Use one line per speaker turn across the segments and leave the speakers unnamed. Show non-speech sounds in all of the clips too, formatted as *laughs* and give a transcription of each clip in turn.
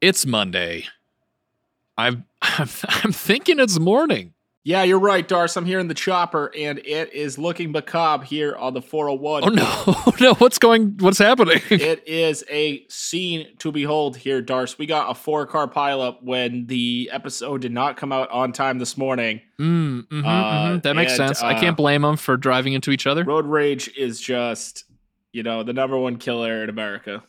It's Monday. I'm, *laughs* I'm I'm thinking it's morning.
Yeah, you're right, Darce. I'm here in the chopper, and it is looking macabre here on the 401.
Oh no, *laughs* oh no! What's going? What's
*laughs*
happening?
It is a scene to behold here, Darce. We got a four car pileup when the episode did not come out on time this morning.
Mm, mhm,
Uh,
mhm. That makes
and,
sense. I
uh,
can't blame them for driving into each other.
Road rage is just, you know, the number one killer in America.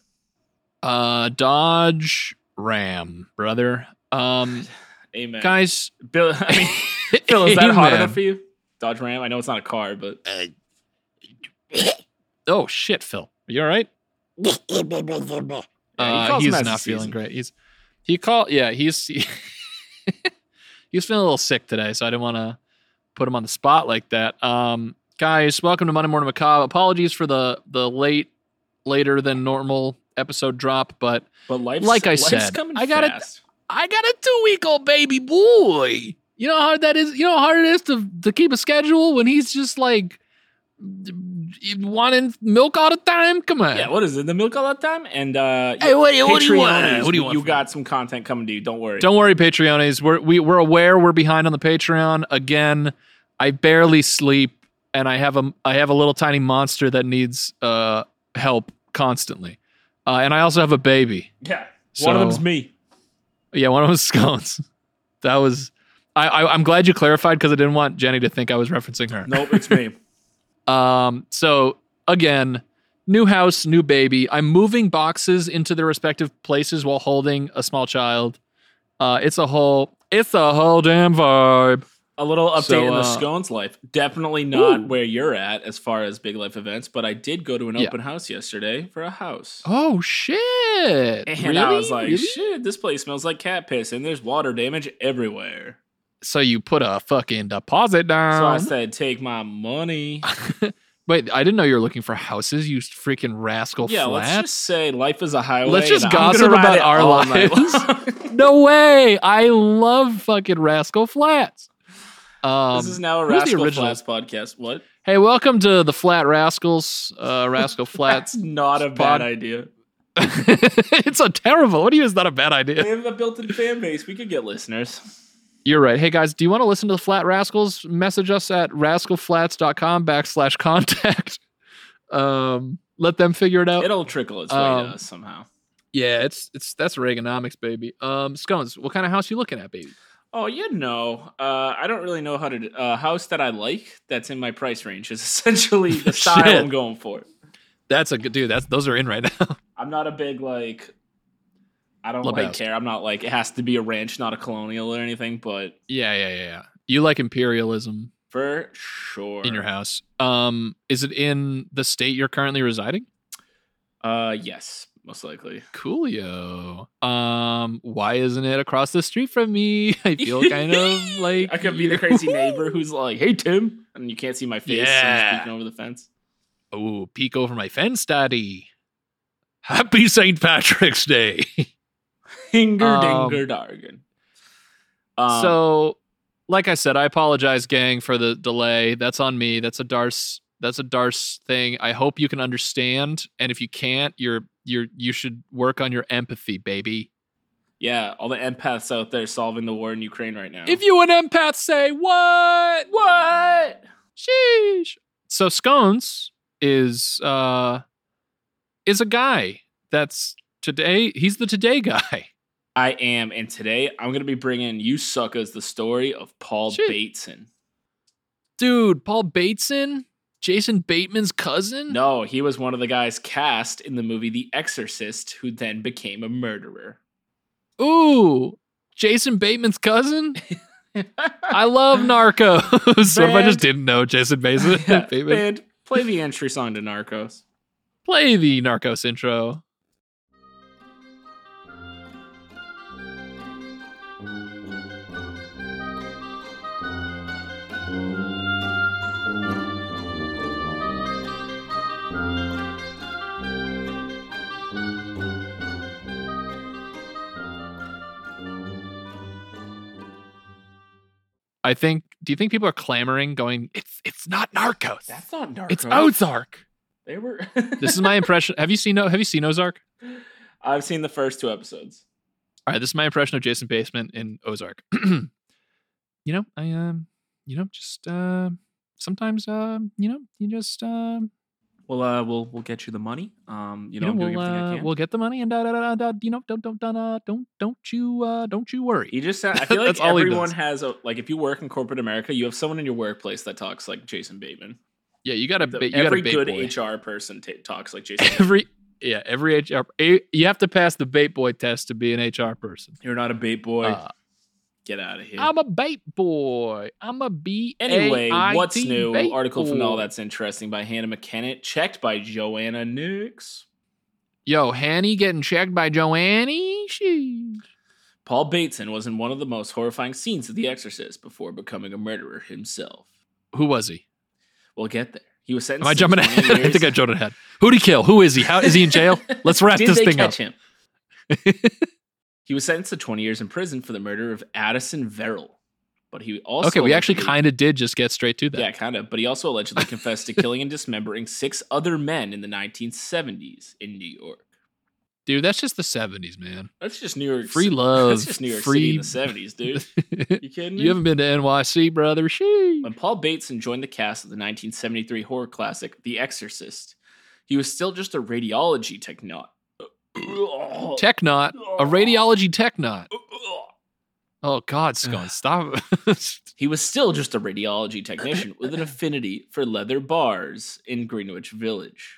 Uh, Dodge Ram, brother.
*laughs*
Um,
Amen.
guys,
Bill, I
*laughs*
mean, Bill, is that hot
Amen.
enough for you? Dodge Ram. I know it's not a car, but
Oh shit, Phil, are you all
*laughs*
right?
Yeah, he
Uh,
calls him
he's
as
not
the
feeling
season.
great. He's he called. Yeah, he's *laughs* he, he's feeling a little sick today, so I didn't want to put him on the spot like that. Um, guys, welcome to Monday Morning Macabre. Apologies for the the late, later than normal episode drop, but
but life's
Like I
life's
said,
coming
I gotta-
fast.
I got a two week old baby boy. You know how hard that is. You know how hard it is to to keep a schedule when he's just like d- d- wanting milk all the time. Come on.
Yeah, what is it? The milk all that time? And uh,
Hey, what, what do you
Patreon
want?
is-
What do you want?
You
from me?
got some content coming to you. Don't worry.
Don't worry, Patreones. We're we, we're aware we're behind on the Patreon again. I barely sleep, and I have a I have a little tiny monster that needs uh help constantly, uh, and I also have a baby.
Yeah.
So-
One of them's me.
Yeah, one of them's *laughs* scones. That was. I, I I'm glad you clarified because I didn't want Jenny to think I was referencing her.
Nope, it's me.
Um, so again, new house, new baby. I'm moving boxes into their respective places while holding a small child. Uh, it's a whole, it's a whole damn vibe.
*laughs* A little update
So,
in the
uh,
scones life. Definitely not
Ooh.
where you're at as far as big life events, but I did go to an
Yeah.
open house yesterday for a house.
Oh shit!
And
really?
I was like,
Really?
shit, this place smells like cat piss and there's water damage everywhere.
so you put a fucking deposit
so I
down?
said, take my money.
Wait, I didn't know you were looking for houses. You freaking rascal
yeah,
flat.
let's just say life is a highway.
Let's just
and I'm
gossip
gonna ride
about
it
our
all night
lives.
long. *laughs*
no way! I love fucking rascal flats. Um,
this is now a
who's the
Rascal
original-
Flats podcast. What?
hey, welcome to the Flat Rascals, uh, Rascal
*laughs*
Flats.
That's not a
Spot-
bad idea.
*laughs* it's a terrible. What do you? Is not a bad
They
idea.
have a built-in fan base. We could get listeners.
You're right. Hey guys, do you want to listen to the Flat Rascals? Message us at rascalflats.com backslash contact. *laughs* Um, let them figure it out.
It'll trickle its way
Um,
to us somehow.
yeah, it's it's that's Reaganomics, baby. Um, scones. What kind of house you looking at, baby?
Oh, you know, uh, I don't really know how to. A house that I like that's in my price range is *laughs* essentially the
*laughs*
style
Shit.
I'm going for.
That's a good dude. That's those are in right *laughs* now.
I'm not a big like. I don't
Love
like
house.
care. I'm not like it has to be a ranch, not a colonial or anything. But
yeah, yeah, yeah, yeah. You like imperialism
for sure,
in your house? Um, is it in the state you're currently residing?
Uh, yes, most likely.
Coolio. Um, why isn't it across the street from me? *laughs* I feel kind of like
I could be the
you. *laughs*
crazy neighbor who's like, "Hey, Tim," and you can't see my face. so I'm
Yeah.
speaking over the fence.
Oh, peek over my fence, Daddy. Happy St. Patrick's Day.
Hinger
Um,
dinger dargan. Um,
so, like I said, I apologize, gang, for the delay. That's on me. That's a Darce. That's a Darce thing. I hope you can understand. And if you can't, you're you're you should work on your empathy, baby.
Yeah, all the empaths out there solving the war in Ukraine right now.
If you an empath, say what?
what?
Sheesh. So Scones is uh is a guy that's today. He's the today *laughs* guy.
I am, and today I'm gonna be bringing you suckers the story of Paul
Shit.
Bateson.
dude, Paul Bateson, Jason Bateman's cousin.
No, he was one of the guys cast in the movie The Exorcist, who then became
*laughs*
a murderer.
Ooh, Jason Bateman's cousin. I love Narcos. *laughs* so if I just
Band.
didn't know Jason Bateson,
*laughs* Yeah,
Bateman,
and play the entry song to Narcos.
play the Narcos intro. I think. Do you think people are clamoring, going, "It's it's not Narcos,
That's not Narcos.
it's Ozark."
They were. *laughs*
This is my impression. Have you seen? O- Have you seen Ozark?
I've seen the first two episodes.
All right, this is my impression of Jason Basement in Ozark. *clears throat* you know, I um, you know, just uh, sometimes uh, you know, you just um,
Well, uh, we'll we'll get you the money. Um, you
you
know,
know,
I'm doing
we'll
everything I
uh,
can.
we'll get the money and da da da da. da, You know, don't don't don't uh, don't don't you uh, don't you worry.
He just
*laughs*
sound, I feel like
That's all he
everyone
does.
has a like if you work in corporate America, you have someone in your workplace that talks like Jason Bateman.
Yeah, you got to
The-
you got
every
to bait
good
boy.
HR person ta talks like Jason. *laughs* Bateman.
*laughs* every yeah every HR a- you have to pass the bait boy test to be an HR person.
You're not a bait boy.
Uh,
get out of here.
I'm a bait boy. I'm a B.
anyway, what's
A I T,
new?
bait
Article from All
boy.
That's Interesting by Hannah McKennett, checked by Joanna Nix.
Yo, Hanny getting checked by Joanne. She.
Paul Bateson was in one of the most horrifying scenes of The Exorcist before becoming a murderer himself.
Who was he?
We'll get there. He was sentenced.
Am I
to
jumping
20
ahead? *laughs* I
years.
think I jumped ahead. Who'd he kill? Who is he? How is he in jail? Let's wrap
Did
this
they
thing
catch
up.
him? *laughs* He was sentenced to 20 years in prison for the murder of Addison Verrill, but he *laughs* also
Okay, we actually
allegedly-
kind of did just get straight to that.
yeah, kind of. But he also allegedly confessed to killing and dismembering six other men in the 1970s in New York.
Dude, that's just the 70s, man.
That's just New York.
Free
City. *laughs*
love.
That's just New York City in
free.
the 70s,
*laughs*
dude. You kidding me?
you haven't been to NYC, brother. She.
When Paul Bateson joined the cast of the 1973 horror classic The Exorcist, he was still just a radiology technot.
*coughs* Tech knot.
*coughs*
A radiology tech knot. Oh, God,
*sighs*
Scone, stop. *laughs*
He was still just a radiology technician with an affinity for leather bars in Greenwich Village.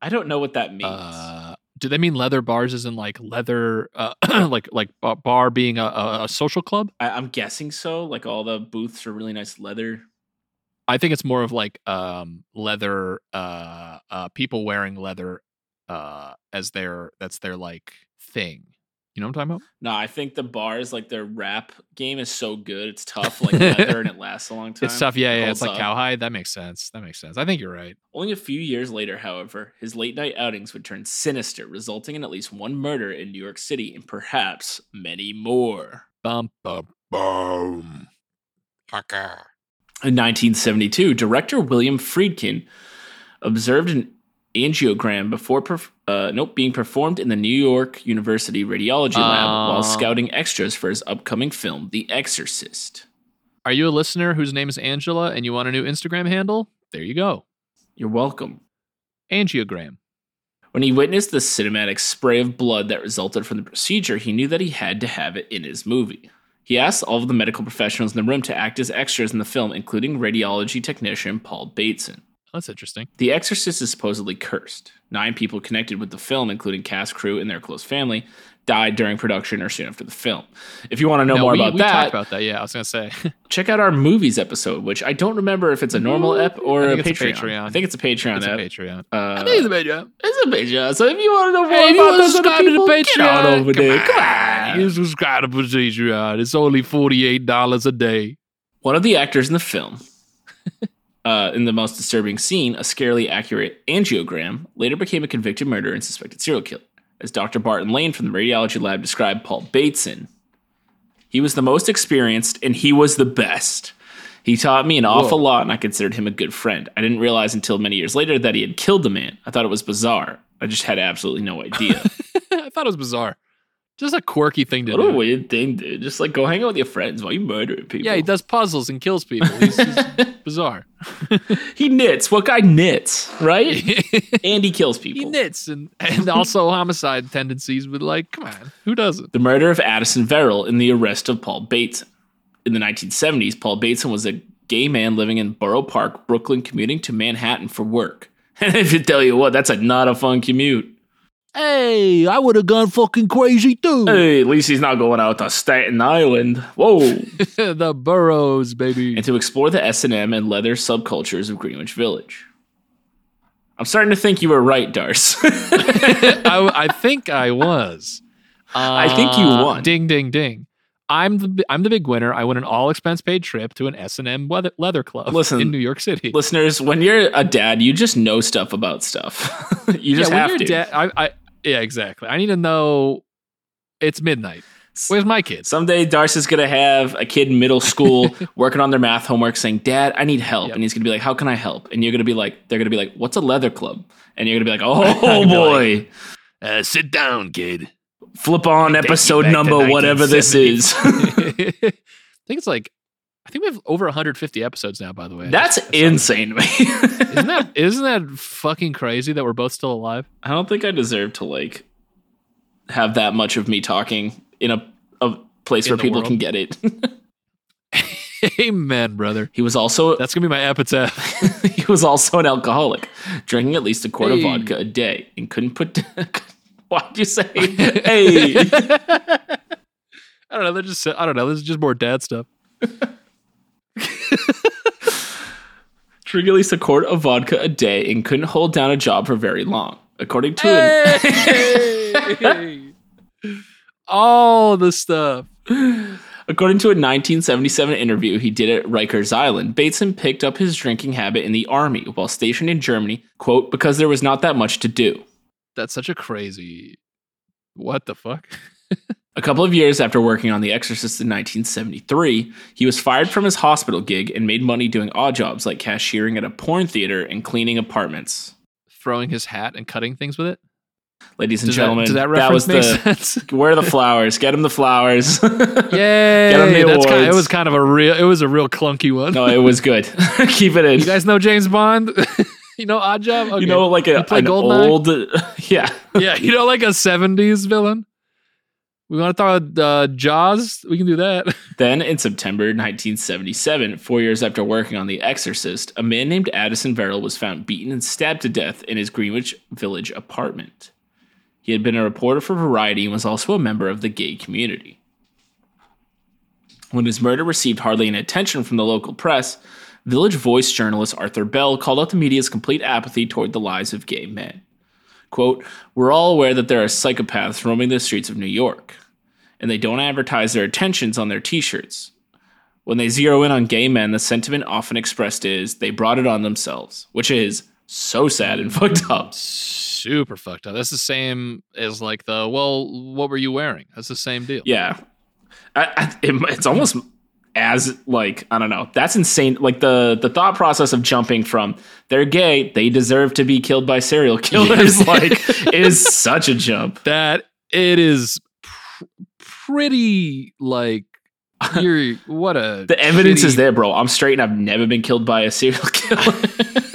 I don't know what that means.
uh, do they mean leather bars as in like leather, uh, *clears throat* like like a bar being a, a, a social club?
I, I'm guessing so. Like all the booths are really nice leather.
I think it's more of like um leather uh uh people wearing leather uh as their that's their like thing. You know what I'm talking about?
No, I think the bars, like their wrap game, is so good. It's tough, like leather, and it lasts a long
*laughs*
time.
It's tough. Yeah,
It
yeah. It's
holds
like
up.
cowhide. That makes sense. That makes sense. I think you're right.
Only a few years later, however, his late night outings would turn sinister, resulting in at least one murder in New York City and perhaps many more.
Bum bum boom. Haka.
In 1972, director William Friedkin observed an angiogram before perf- uh, nope, being performed in the New York University Radiology Lab
Oh.
while scouting extras for his upcoming film, The Exorcist.
Are you a listener whose name is Angela and you want a new Instagram handle? There you go.
You're welcome.
Angiogram.
When he witnessed the cinematic spray of blood that resulted from the procedure, he knew that he had to have it in his movie. He asked all of the medical professionals in the room to act as extras in the film, including radiology technician Paul Bateson.
That's interesting.
The Exorcist is supposedly cursed. Nine people connected with the film, including cast crew and their close family, died during production or soon after the film. If you want to know
Now,
more
we,
about
we
that,
talked about that. Yeah, I was gonna say. *laughs*
check out our movies episode, which I don't remember if it's a normal ep or
Mm, I
a
think it's a
Patreon.
Patreon.
I think it's a Patreon
it's a
ep.
Patreon.
Uh,
a Patreon.
it's a Patreon. So if you want to know more
Hey, if you
about
want to
those other
subscribe to the
people,
Patreon,
get on over there. Come on.
You subscribe to Patreon. It's only forty-eight dollars a day. *laughs*
One of the actors in the film, *laughs* uh, in the most disturbing scene, a scarily accurate angiogram, later became a convicted murderer and suspected serial killer. As Dr. Barton Lane from the radiology lab described Paul Bateson, he was the most experienced and he was the best. He taught me an awful
Whoa.
lot and I considered him a good friend. I didn't realize until many years later that he had killed the man. I thought it was bizarre. I just had absolutely
*laughs*
no idea.
I thought it was bizarre. Just a quirky thing to
what a
do.
weird thing, dude. Just like go hang out with your friends while you murdering people.
Yeah, he does puzzles and kills people. He's,
*laughs*
he's bizarre.
He knits. What guy knits, right?
he
and he kills people.
knits and, and also homicide tendencies, but like, come on, who doesn't?
the murder of Addison Verrill and the arrest of Paul Bateson. In the 1970s, Paul Bateson was a gay man living in Borough Park, Brooklyn, commuting to Manhattan for work. *laughs* And if you tell you what, that's a not a fun commute.
Hey, I would have gone fucking crazy too.
Hey, at least he's not going out to Staten Island.
*laughs*
Whoa.
the burrows, baby.
and to explore the S&M and leather subcultures of Greenwich Village. I'm starting to think you were right, Darce. *laughs*
I, I think I was.
I think you
Uh,
won.
Ding, ding, ding. I'm the bi- I'm the big winner. I win an all expense paid trip to an S and M leather, leather club
Listen,
in New York City.
Listeners, when you're a dad, you just know stuff about stuff. *laughs* you just
yeah,
have
when
to.
you're dead, I, I yeah, exactly. I need to know. It's midnight. Where's my kids?
Someday Darce is gonna have a kid in
*laughs*
middle school working on their math homework saying, Dad, I need help.
Yep.
And he's gonna be like, How can I help? And you're gonna be like, they're gonna
*laughs*
be like, What's a leather club? And you're gonna be like, Oh
I'm
boy.
Uh, sit down, kid.
Flip on
Take you
episode
back to
number whatever this
*laughs*
is.
*laughs*
*laughs*
I think it's like I think we have over 150 episodes now. By the way,
That's insane to me. *laughs*
isn't that isn't that fucking crazy that we're both still alive? *laughs*
I don't think I deserve to like have that much of me talking in a, a place
In
where
the
people
world.
can get it. *laughs*
Amen, brother.
he was also
That's gonna be my epitaph.
*laughs* he was also an alcoholic, drinking at least a quart
Hey.
of vodka a day and couldn't put. *laughs* Why'd you say?
*laughs*
hey,
I don't know. They're just I don't know. This is just more dad stuff.
drinking at least a quart of vodka a day and couldn't hold down a job for very long, according to an
Eh. *laughs* All the stuff.
According to a 1977 interview he did at Rikers Island, Bateson picked up his drinking habit in the army while stationed in Germany, quote, because there was not that much to do.
That's such a crazy. What the fuck?
A couple of years after working on The Exorcist in 1973, he was fired from his hospital gig and made money doing odd jobs like cashiering at a porn theater and cleaning apartments.
Throwing his hat and cutting things with it.
Ladies and
Does that-
gentlemen,
does that
that,
reference
was
make *laughs*
the
sense?
*laughs* where are the flowers? Get him the flowers. *laughs* him
Yay!
the
That's kind it
awards.
was kind of a real. It was a real clunky one. *laughs*
no, it was good. *laughs* Keep it in.
You guys know James Bond. *laughs* you know Odd Job.
You know, like a,
play
an
Goldeneye?
old, *laughs* yeah.
*laughs* yeah. You know, like a '70s villain. We want to talk about uh, Jaws. We can do that. *laughs*
Then, in September 1977, four years after working on The Exorcist, a man named Addison Verrill was found beaten and stabbed to death in his Greenwich Village apartment. He had been a reporter for Variety and was also a member of the gay community. When his murder received hardly any attention from the local press, Village Voice journalist Arthur Bell called out the media's complete apathy toward the lives of gay men. Quote, We're all aware that there are psychopaths roaming the streets of New York and they don't advertise their attentions on their t shirts. When they zero in on gay men, the sentiment often expressed is they brought it on themselves, which is so sad and *laughs* fucked up.
Super fucked up. That's the same as like the well. What were you wearing? That's the same deal.
Yeah. I, I, it, it's almost as like I don't know. That's insane. Like the the thought process of jumping from they're gay, they deserve to be killed by serial killers.
Yes.
Like is such a jump.
That it is pr- pretty
*laughs*
like. You're what a
The evidence is
shitty-
there, bro. I'm straight, and I've never been killed by a serial *laughs* killer.
*laughs*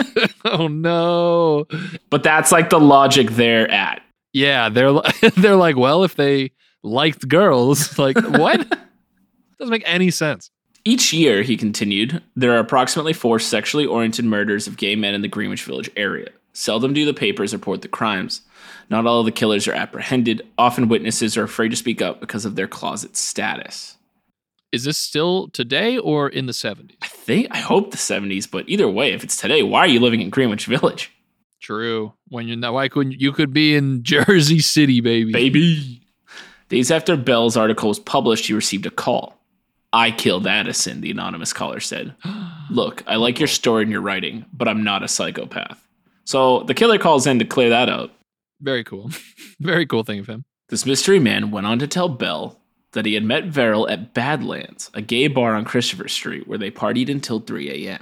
Oh no.
but that's like the logic they're at.
Yeah, they're li- *laughs* they're like, well, if they liked girls, *laughs* like what?
*laughs*
Doesn't make any sense.
Each year, he continued, there are approximately four sexually oriented murders of gay men in the Greenwich Village area. Seldom do the papers report the crimes. Not all of the killers are apprehended. Often witnesses are afraid to speak up because of their closet status.
Is this still today or in the seventies?
I think I hope the 70s, but either way, if it's today, why are you living in Greenwich Village?
True. When you're not, why couldn't you could be in *laughs* Jersey City, baby?
Baby. Days after Bell's article was published, he received a call. I killed Addison, the anonymous caller said. Look, I like your story and your writing, but I'm not a psychopath. So the killer calls in to clear that up.
Very cool. *laughs* Very cool thing of him.
This mystery man went on to tell Bell that he had met Verrill at Badlands, a gay bar on Christopher Street where they partied until 3 a.m.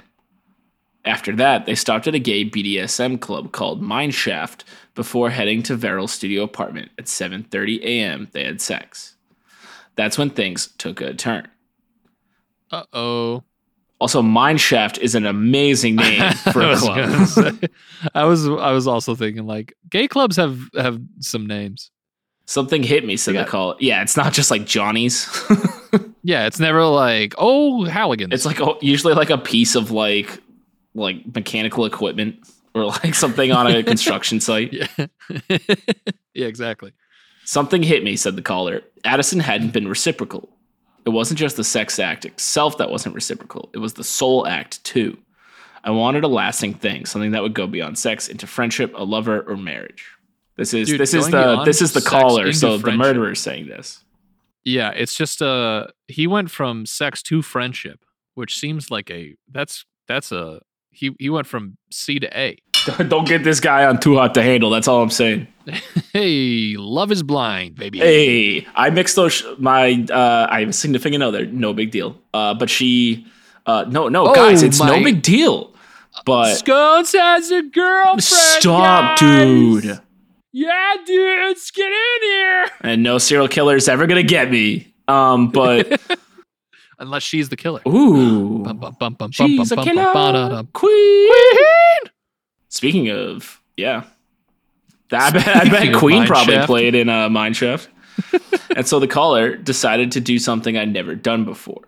After that, they stopped at a gay BDSM club called Mineshaft before heading to Verrill's studio apartment. At 7:30 a.m., they had sex. That's when things took a turn.
Uh oh.
Also, Mineshaft is an
*laughs*
amazing name for a club.
I was I was also thinking like gay clubs have have some names.
Something hit me, said
You
the
got-
call. Yeah, it's not just like Johnny's. *laughs*
Yeah, it's never like oh Halligan's.
It's like a, usually like a piece of like like mechanical equipment or like something
*laughs*
on a construction
*laughs*
site.
yeah. *laughs* yeah, exactly.
Something hit me, said the caller. Addison hadn't been reciprocal. It wasn't just the sex act itself that wasn't reciprocal, it was the soul act too. I wanted a lasting thing, something that would go beyond sex into friendship, a lover, or marriage. This is
Dude,
this is
going
the
beyond
this is the
sex
caller,
into
so the
friendship.
murderer is saying this. *laughs*
Yeah, it's just uh he went from sex to friendship, which seems like a that's that's a he he went from C to A.
Don't get this guy on too hot to handle. That's all I'm saying.
Hey, love is blind, baby.
Hey, I mixed those. My, uh, I have a significant other. No big deal. Uh, but she, uh, no, no,
Oh,
guys, it's
my-
no big deal. But
Scones has a girlfriend. guys!
stop, dude.
Yeah, dudes, get in here.
And no serial killer is ever gonna get me. Um,
*laughs*
but
Unless she's the killer.
ooh,
Bum, bum, bum, bum, bum,
she's a
bum, bum, ba, da, da.
killer queen. Speaking of, yeah, I bet, I
Speaking
bet
of
Queen
Mine
probably
Shaft.
played in uh, Mineshaft. and so the caller decided to do something I'd never done before.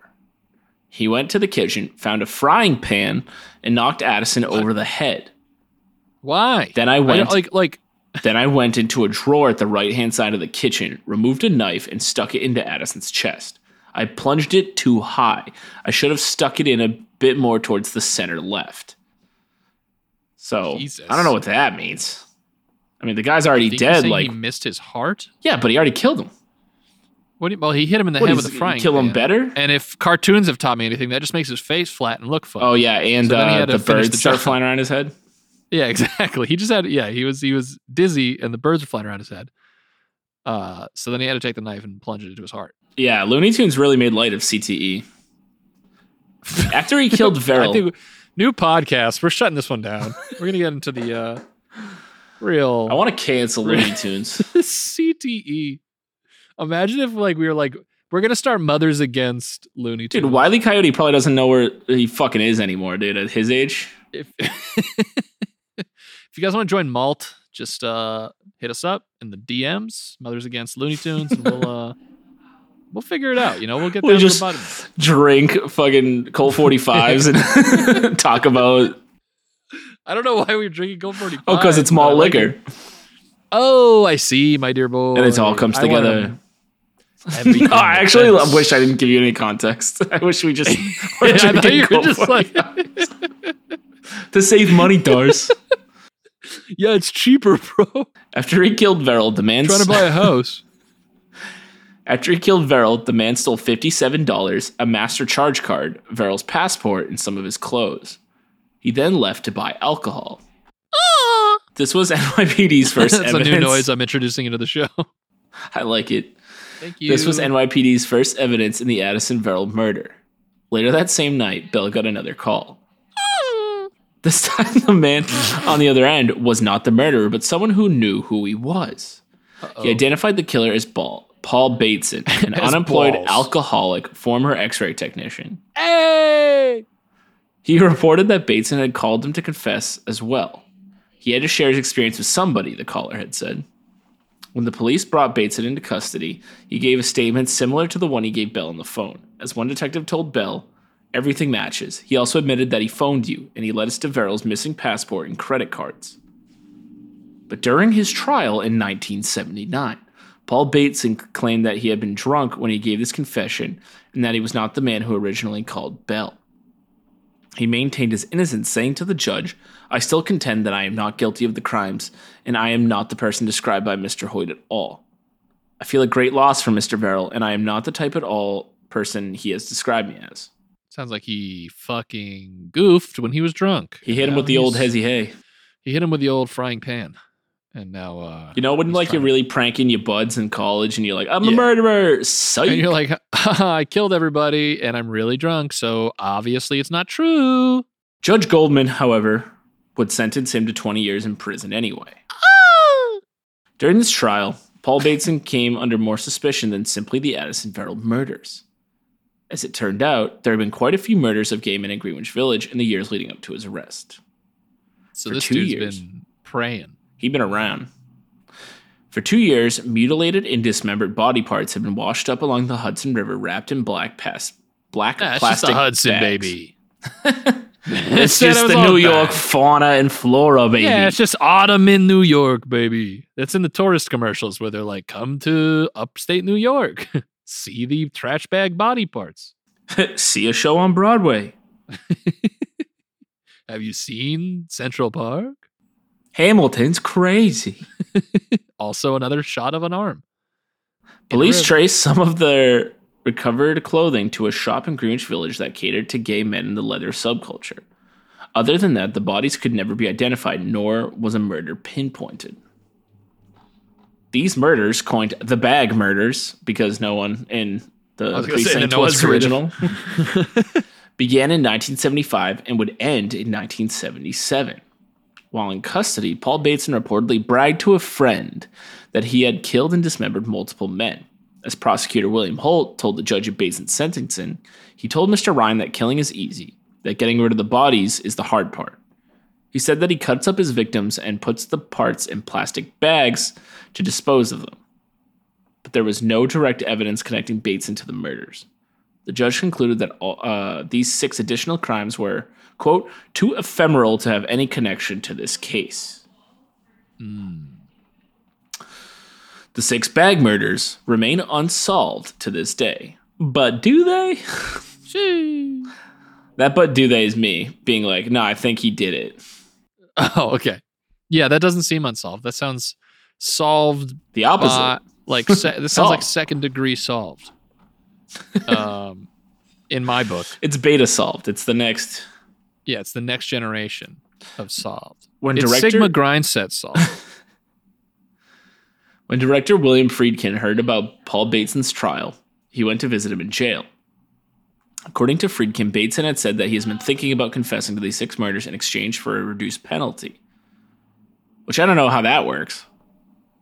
He went to the kitchen, found a frying pan, and knocked Addison over the head.
Why?
Then I
I
went.
don't- like like
Then I went into a drawer at the right hand side of the kitchen, removed a knife, and stuck it into Addison's chest. I plunged it too high. I should have stuck it in a bit more towards the center left. So
Jesus.
I don't know what that means. I mean, the guy's already
did you
dead.
say
Like,
he missed his heart.
yeah, but he already killed him.
What? do you- well, he hit him in the
What
head
is-
with a frying
kill
pan.
him better?
And if cartoons have taught me anything, that just makes his face flat and look funny.
Oh yeah, and
So then he
uh,
had
the
to finish
birds
the
start
job.
flying around his head.
Yeah, *laughs* exactly. He just had yeah, he was he was dizzy and the birds were flying around his head. Uh so then he had to take the knife and plunge it into his heart.
Yeah, Looney Tunes really made light
*laughs*
of CTE. After he killed Verrill,
I think new podcast. We're shutting this one down. We're gonna get into the uh real
*laughs* I want to cancel Looney Tunes.
*laughs* CTE. E. Imagine if like we were like we're gonna start mothers against Looney
Dude,
Tunes.
Wiley Coyote probably doesn't know where he fucking is anymore, dude. At his age,
If, *laughs* if you guys want to join Malt, just uh hit us up in the DMs, mothers against Looney Tunes, and we'll uh *laughs* we'll figure it out. You know, we'll get
We
down
just-
to the bottom. of it.
drink fucking
*laughs*
Colt forty fives and *laughs* talk about
I don't know why we're drinking Gold 45.
oh, because it's
but I
malt
like
liquor,
it. Oh, I see, my dear boy.
and it all comes
I
together.
wanna- everything
*laughs* no, I
makes
actually
sense.
wish I didn't give you any context. *laughs* I wish
*laughs*
we just were
Yeah, *laughs* I thought
drinking
you were
Colt
just like-
45s. to save money, Dars.
*laughs*
*laughs*
Yeah, it's cheaper, bro.
After he killed Verrill, the man
Trying to buy a house.
After he killed Verrill, the man stole $57, a master charge card, Verrill's passport, and some of his clothes. He then left to buy alcohol. This was *laughs* NYPD's first
*laughs* That's
evidence.
a new noise I'm introducing into the
*laughs*
show.
I like it.
Thank you.
This was NYPD's first evidence in the Addison Verrill murder. Later that same night, Bell got another call. *laughs* This time, the man on the other end was not the murderer, but someone who knew who he was. He identified the killer as Ball, Paul Bateson,
*laughs*
an
As
unemployed
Balls.
alcoholic former x ray technician.
Hey!
He reported that Bateson had called him to confess as well. He had to share his experience with somebody, the caller had said. When the police brought Bateson into custody, he gave a statement similar to the one he gave Bell on the phone. As one detective told Bell, everything matches. He also admitted that he phoned you, and he led us to Verrill's missing passport and credit cards. But during his trial in 1979, Paul Bateson claimed that he had been drunk when he gave this confession and that he was not the man who originally called Bell. He maintained his innocence, saying to the judge, I still contend that I am not guilty of the crimes, and I am not the person described by Mr. Hoyt at all. I feel a great loss for Mr. Verrill, and I am not the type at all person he has described me as.
Sounds like he fucking goofed when he was drunk.
He hit him
Now
with the old
he's-
hezzy hey.
He hit him with the old frying pan. And now, uh,
You know, when
He's
like
trying
you're
to-
really pranking your buds in college and you're like, I'm a
Yeah.
murderer,
and
psych.
you're like, *laughs* I killed everybody and I'm really drunk, so obviously it's not true.
Judge Goldman, however, would sentence him to 20 years in prison anyway. During this trial, Paul Bateson came under more suspicion than simply the Addison Verrill murders. As it turned out, there had been quite a few murders of gay men in Greenwich Village in the years leading up to his arrest.
So
For
this
two
dude's
years.
been praying.
He'd been around. For two years, mutilated and dismembered body parts had been washed up along the Hudson River wrapped in black, pas- black
Nah, it's just
plastic
the Hudson,
bags.
baby.
*laughs* It's just the New York fauna and flora, baby.
Yeah, it's just autumn in New York, baby. That's in the tourist commercials where they're like, come to upstate New York, *laughs* see the trash bag body parts.
See a show on Broadway.
Have you seen Central Park?
Hamilton's crazy.
Also, another shot of an arm. In a
Police
river.
traced some of their recovered clothing to a shop in Greenwich Village that catered to gay men in the leather subculture. Other than that, the bodies could never be identified, nor was a murder pinpointed. These murders, coined the bag murders, because no one in
I
the
was gonna say,
precinct
no
was
one's read it.
original, *laughs*
*laughs*
began in 1975 and would end in 1977. While in custody, Paul Bateson reportedly bragged to a friend that he had killed and dismembered multiple men. As prosecutor William Holt told the judge at Bateson's sentencing, he told Mr. Ryan that killing is easy, that getting rid of the bodies is the hard part. He said that he cuts up his victims and puts the parts in plastic bags to dispose of them. But there was no direct evidence connecting Bateson to the murders. The judge concluded that all, uh, these six additional crimes were, quote, too ephemeral to have any connection to this case. The six bag murders remain unsolved to this day. But do they?
Shee.
That but do they is me being like, no, I think he did it.
*laughs* Oh, okay. Yeah, that doesn't seem unsolved. That sounds solved
The opposite.
by like se- this sounds like
Solved.
second degree solved. Um, in my book,
it's beta solved. It's the next
yeah, it's the next generation of solved.
when
it's
director
Sigma grind set
*laughs*
solved.
when director William Friedkin heard about Paul Bateson's trial, he went to visit him in jail. According to Friedkin, Bateson had said that he has been thinking about confessing to these six murders in exchange for a reduced penalty. Which I don't know how that works.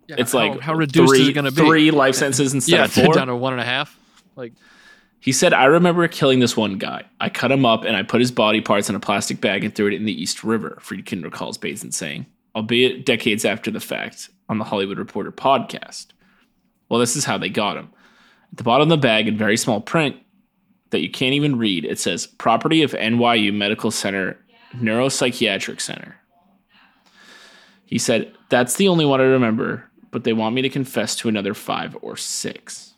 it's
how-
like
how reduced is
three,
it going to be?
Three life sentences instead
yeah,
of four.
down to one and a half. Like
He said, I remember killing this one guy. I cut him up and I put his body parts in a plastic bag and threw it in the East River, Friedkin recalls Bateson saying, albeit decades after the fact, on the Hollywood Reporter podcast. Well, this is how they got him. At the bottom of the bag, in very small print that you can't even read, it says, Property of NYU Medical Center Neuropsychiatric Center. He said, That's the only one I remember, but they want me to confess to another five or six.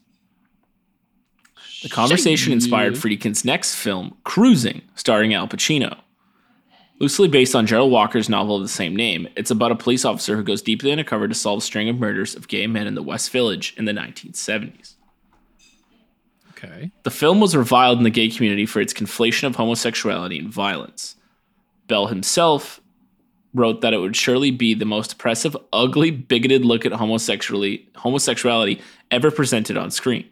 The conversation inspired Friedkin's next film, Cruising, starring Al Pacino. Loosely based on Gerald Walker's novel of the same name, it's about a police officer who goes deeply undercover to solve a string of murders of gay men in the West Village in the 1970s.
okay,
The film was reviled in the gay community for its conflation of homosexuality and violence. Bell himself wrote that it would surely be the most oppressive, ugly, bigoted look at homosexuality, homosexuality ever presented on screen.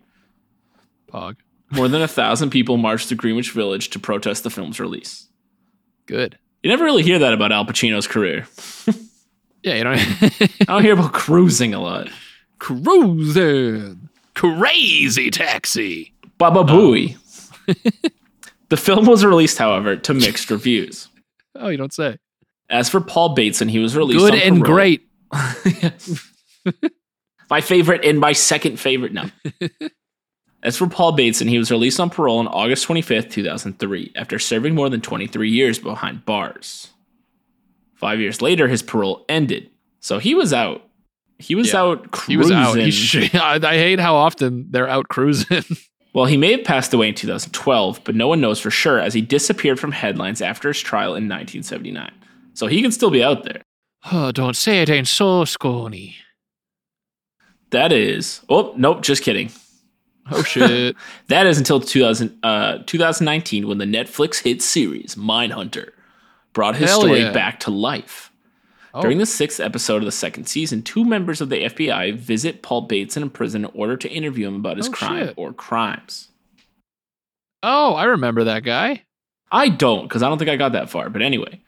pog,
More than a thousand people marched through Greenwich Village to protest the film's release.
good.
You never really hear that about Al Pacino's career.
Yeah, you *laughs* know,
I don't hear about cruising a lot.
cruising, crazy taxi.
Baba Booey. the film was released, however, to mixed reviews.
Oh, you don't say.
As for Paul Bateson, he was released
Good
on
and
parole.
great.
my favorite and my second
*laughs*
favorite. No. As for Paul Bateson, he was released on parole on August 25th, 2003, after serving more than 23 years behind bars. Five years later, his parole ended. So he was out. He was
Yeah.
out cruising.
He was out. He sh- *laughs* I, I hate how often they're out cruising. *laughs*
well, he may have passed away in 2012, but no one knows for sure as he disappeared from headlines after his trial in 1979. So he can still be out there.
oh, don't say it ain't so scony.
That is. Oh, nope, just kidding.
Oh shit.
That is until 2000, uh, 2019 when the Netflix hit series Mindhunter brought his
Hell
story
yeah.
back to life.
Oh.
During the sixth episode of the second season, two members of the FBI visit Paul Bateson in prison in order to interview him about his
Oh,
crime
shit.
or crimes.
oh, I remember that guy.
I don't, because I don't think I got that far. But anyway,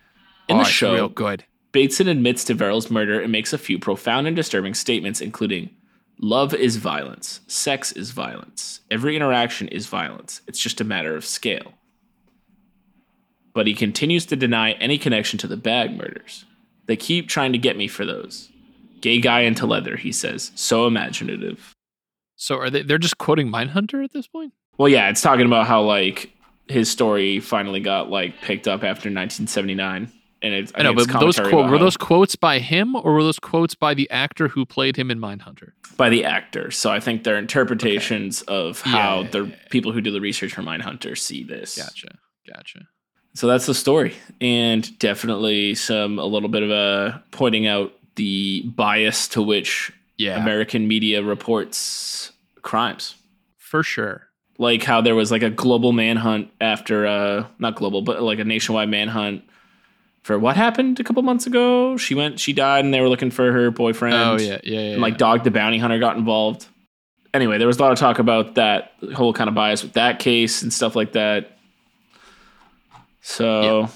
in
Oh,
the
it's
show,
real good.
Bateson admits to Verrill's murder and makes a few profound and disturbing statements, including love is violence, sex is violence, every interaction is violence. It's just a matter of scale. But he continues to deny any connection to the bag murders. They keep trying to get me for those. Gay guy into leather, he says. So imaginative.
So are they? They're just quoting Mindhunter at this point.
Well, yeah, it's talking about how like his story finally got like picked up after 1979, and it's
I know,
think
but
it's
those
commentary
quote
about
were
how-
those quotes by him or were those quotes by the actor who played him in Mindhunter?
by the actor. So I think their interpretations of
Yeah,
how
yeah,
the
yeah, yeah.
people who do the research for Mindhunter see this.
Gotcha, gotcha.
So that's the story. And definitely some a little bit of a pointing out the bias to which
Yeah,
American media reports crimes.
for sure.
Like how there was like a global manhunt after uh not global, but like a nationwide manhunt for what happened a couple months ago. She went she died and they were looking for her boyfriend.
oh yeah, yeah, yeah.
And, like Dog the Bounty Hunter got involved. Anyway, there was a lot of talk about that whole kind of bias with that case and stuff like that. So,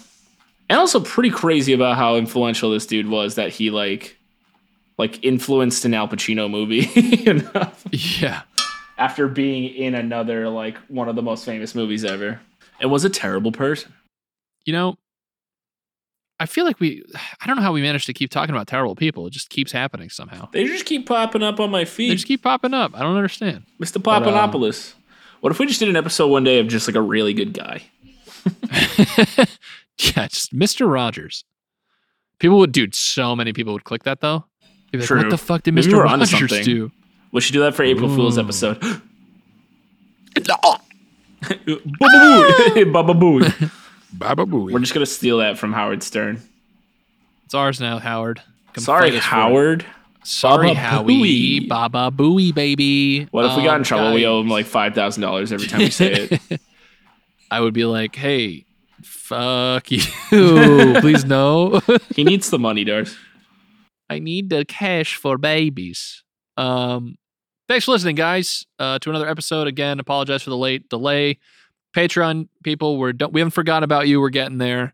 and also pretty crazy about how influential this dude was that he like like influenced an Al Pacino movie *laughs* enough
Yeah. *laughs*
after being in another like one of the most famous movies ever. And was a terrible person.
You know, I feel like we, *sighs* I don't know how we managed to keep talking about terrible people. It just keeps happening somehow.
They just keep popping up on
They
my feed.
just keep popping up. I don't understand. *laughs*
Mr.
But, um,
Papanopoulos. what if we just did an episode one day of just like a really good guy?
yeah, just Mr. Rogers. People would, dude, so many people would click that though. They'd be like,
True.
What the fuck did
Maybe
Mr.
we're onto
Rogers
something.
do?
We should do that for April Fool's
Ooh.
episode. *gasps* Baba *laughs* boo! Baba boo!
Baba
We're
Booey.
just gonna steal that from Howard Stern.
It's ours now, Howard. Come
Sorry,
fight us for it.
Howard.
Sorry,
Baba
Howie.
Booey.
Baba Booey, baby.
What if we
Um,
got in trouble? We
guys,
owe him like five thousand dollars every time we say
*laughs*
it.
I would be like, hey, fuck you. *laughs* Please no.
he needs the money, Dars.
I need the cash for babies. Um, thanks for listening, guys, uh, to another episode. Again, apologize for the late delay. Patreon people, we're don't, we haven't forgotten about you. We're getting there.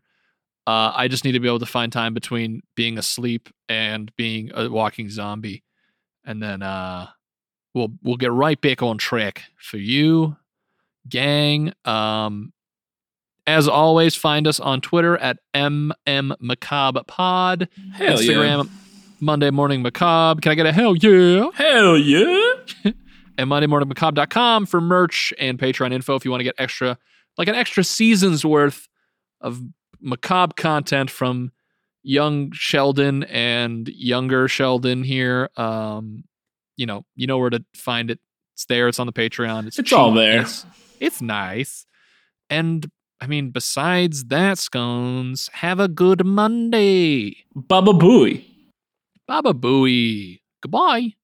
Uh, I just need to be able to find time between being asleep and being a walking zombie, and then uh, we'll we'll get right back on track for you, gang. Um, as always, find us on Twitter at mm pod.
Hell
Instagram, Monday Morning Macabre. Can I get a hell yeah?
yeah! Hell yeah!
And MondayMorningMacabre.com for merch and Patreon info if you want to get extra, like an extra season's worth of macabre content from young Sheldon and younger Sheldon here. Um, you know, you know where to find it. It's there. It's on the Patreon. It's,
It's all
cheap.
there.
It's, it's nice. And I mean, besides that, scones, have a good Monday.
Baba Booey.
Baba Booey. Goodbye.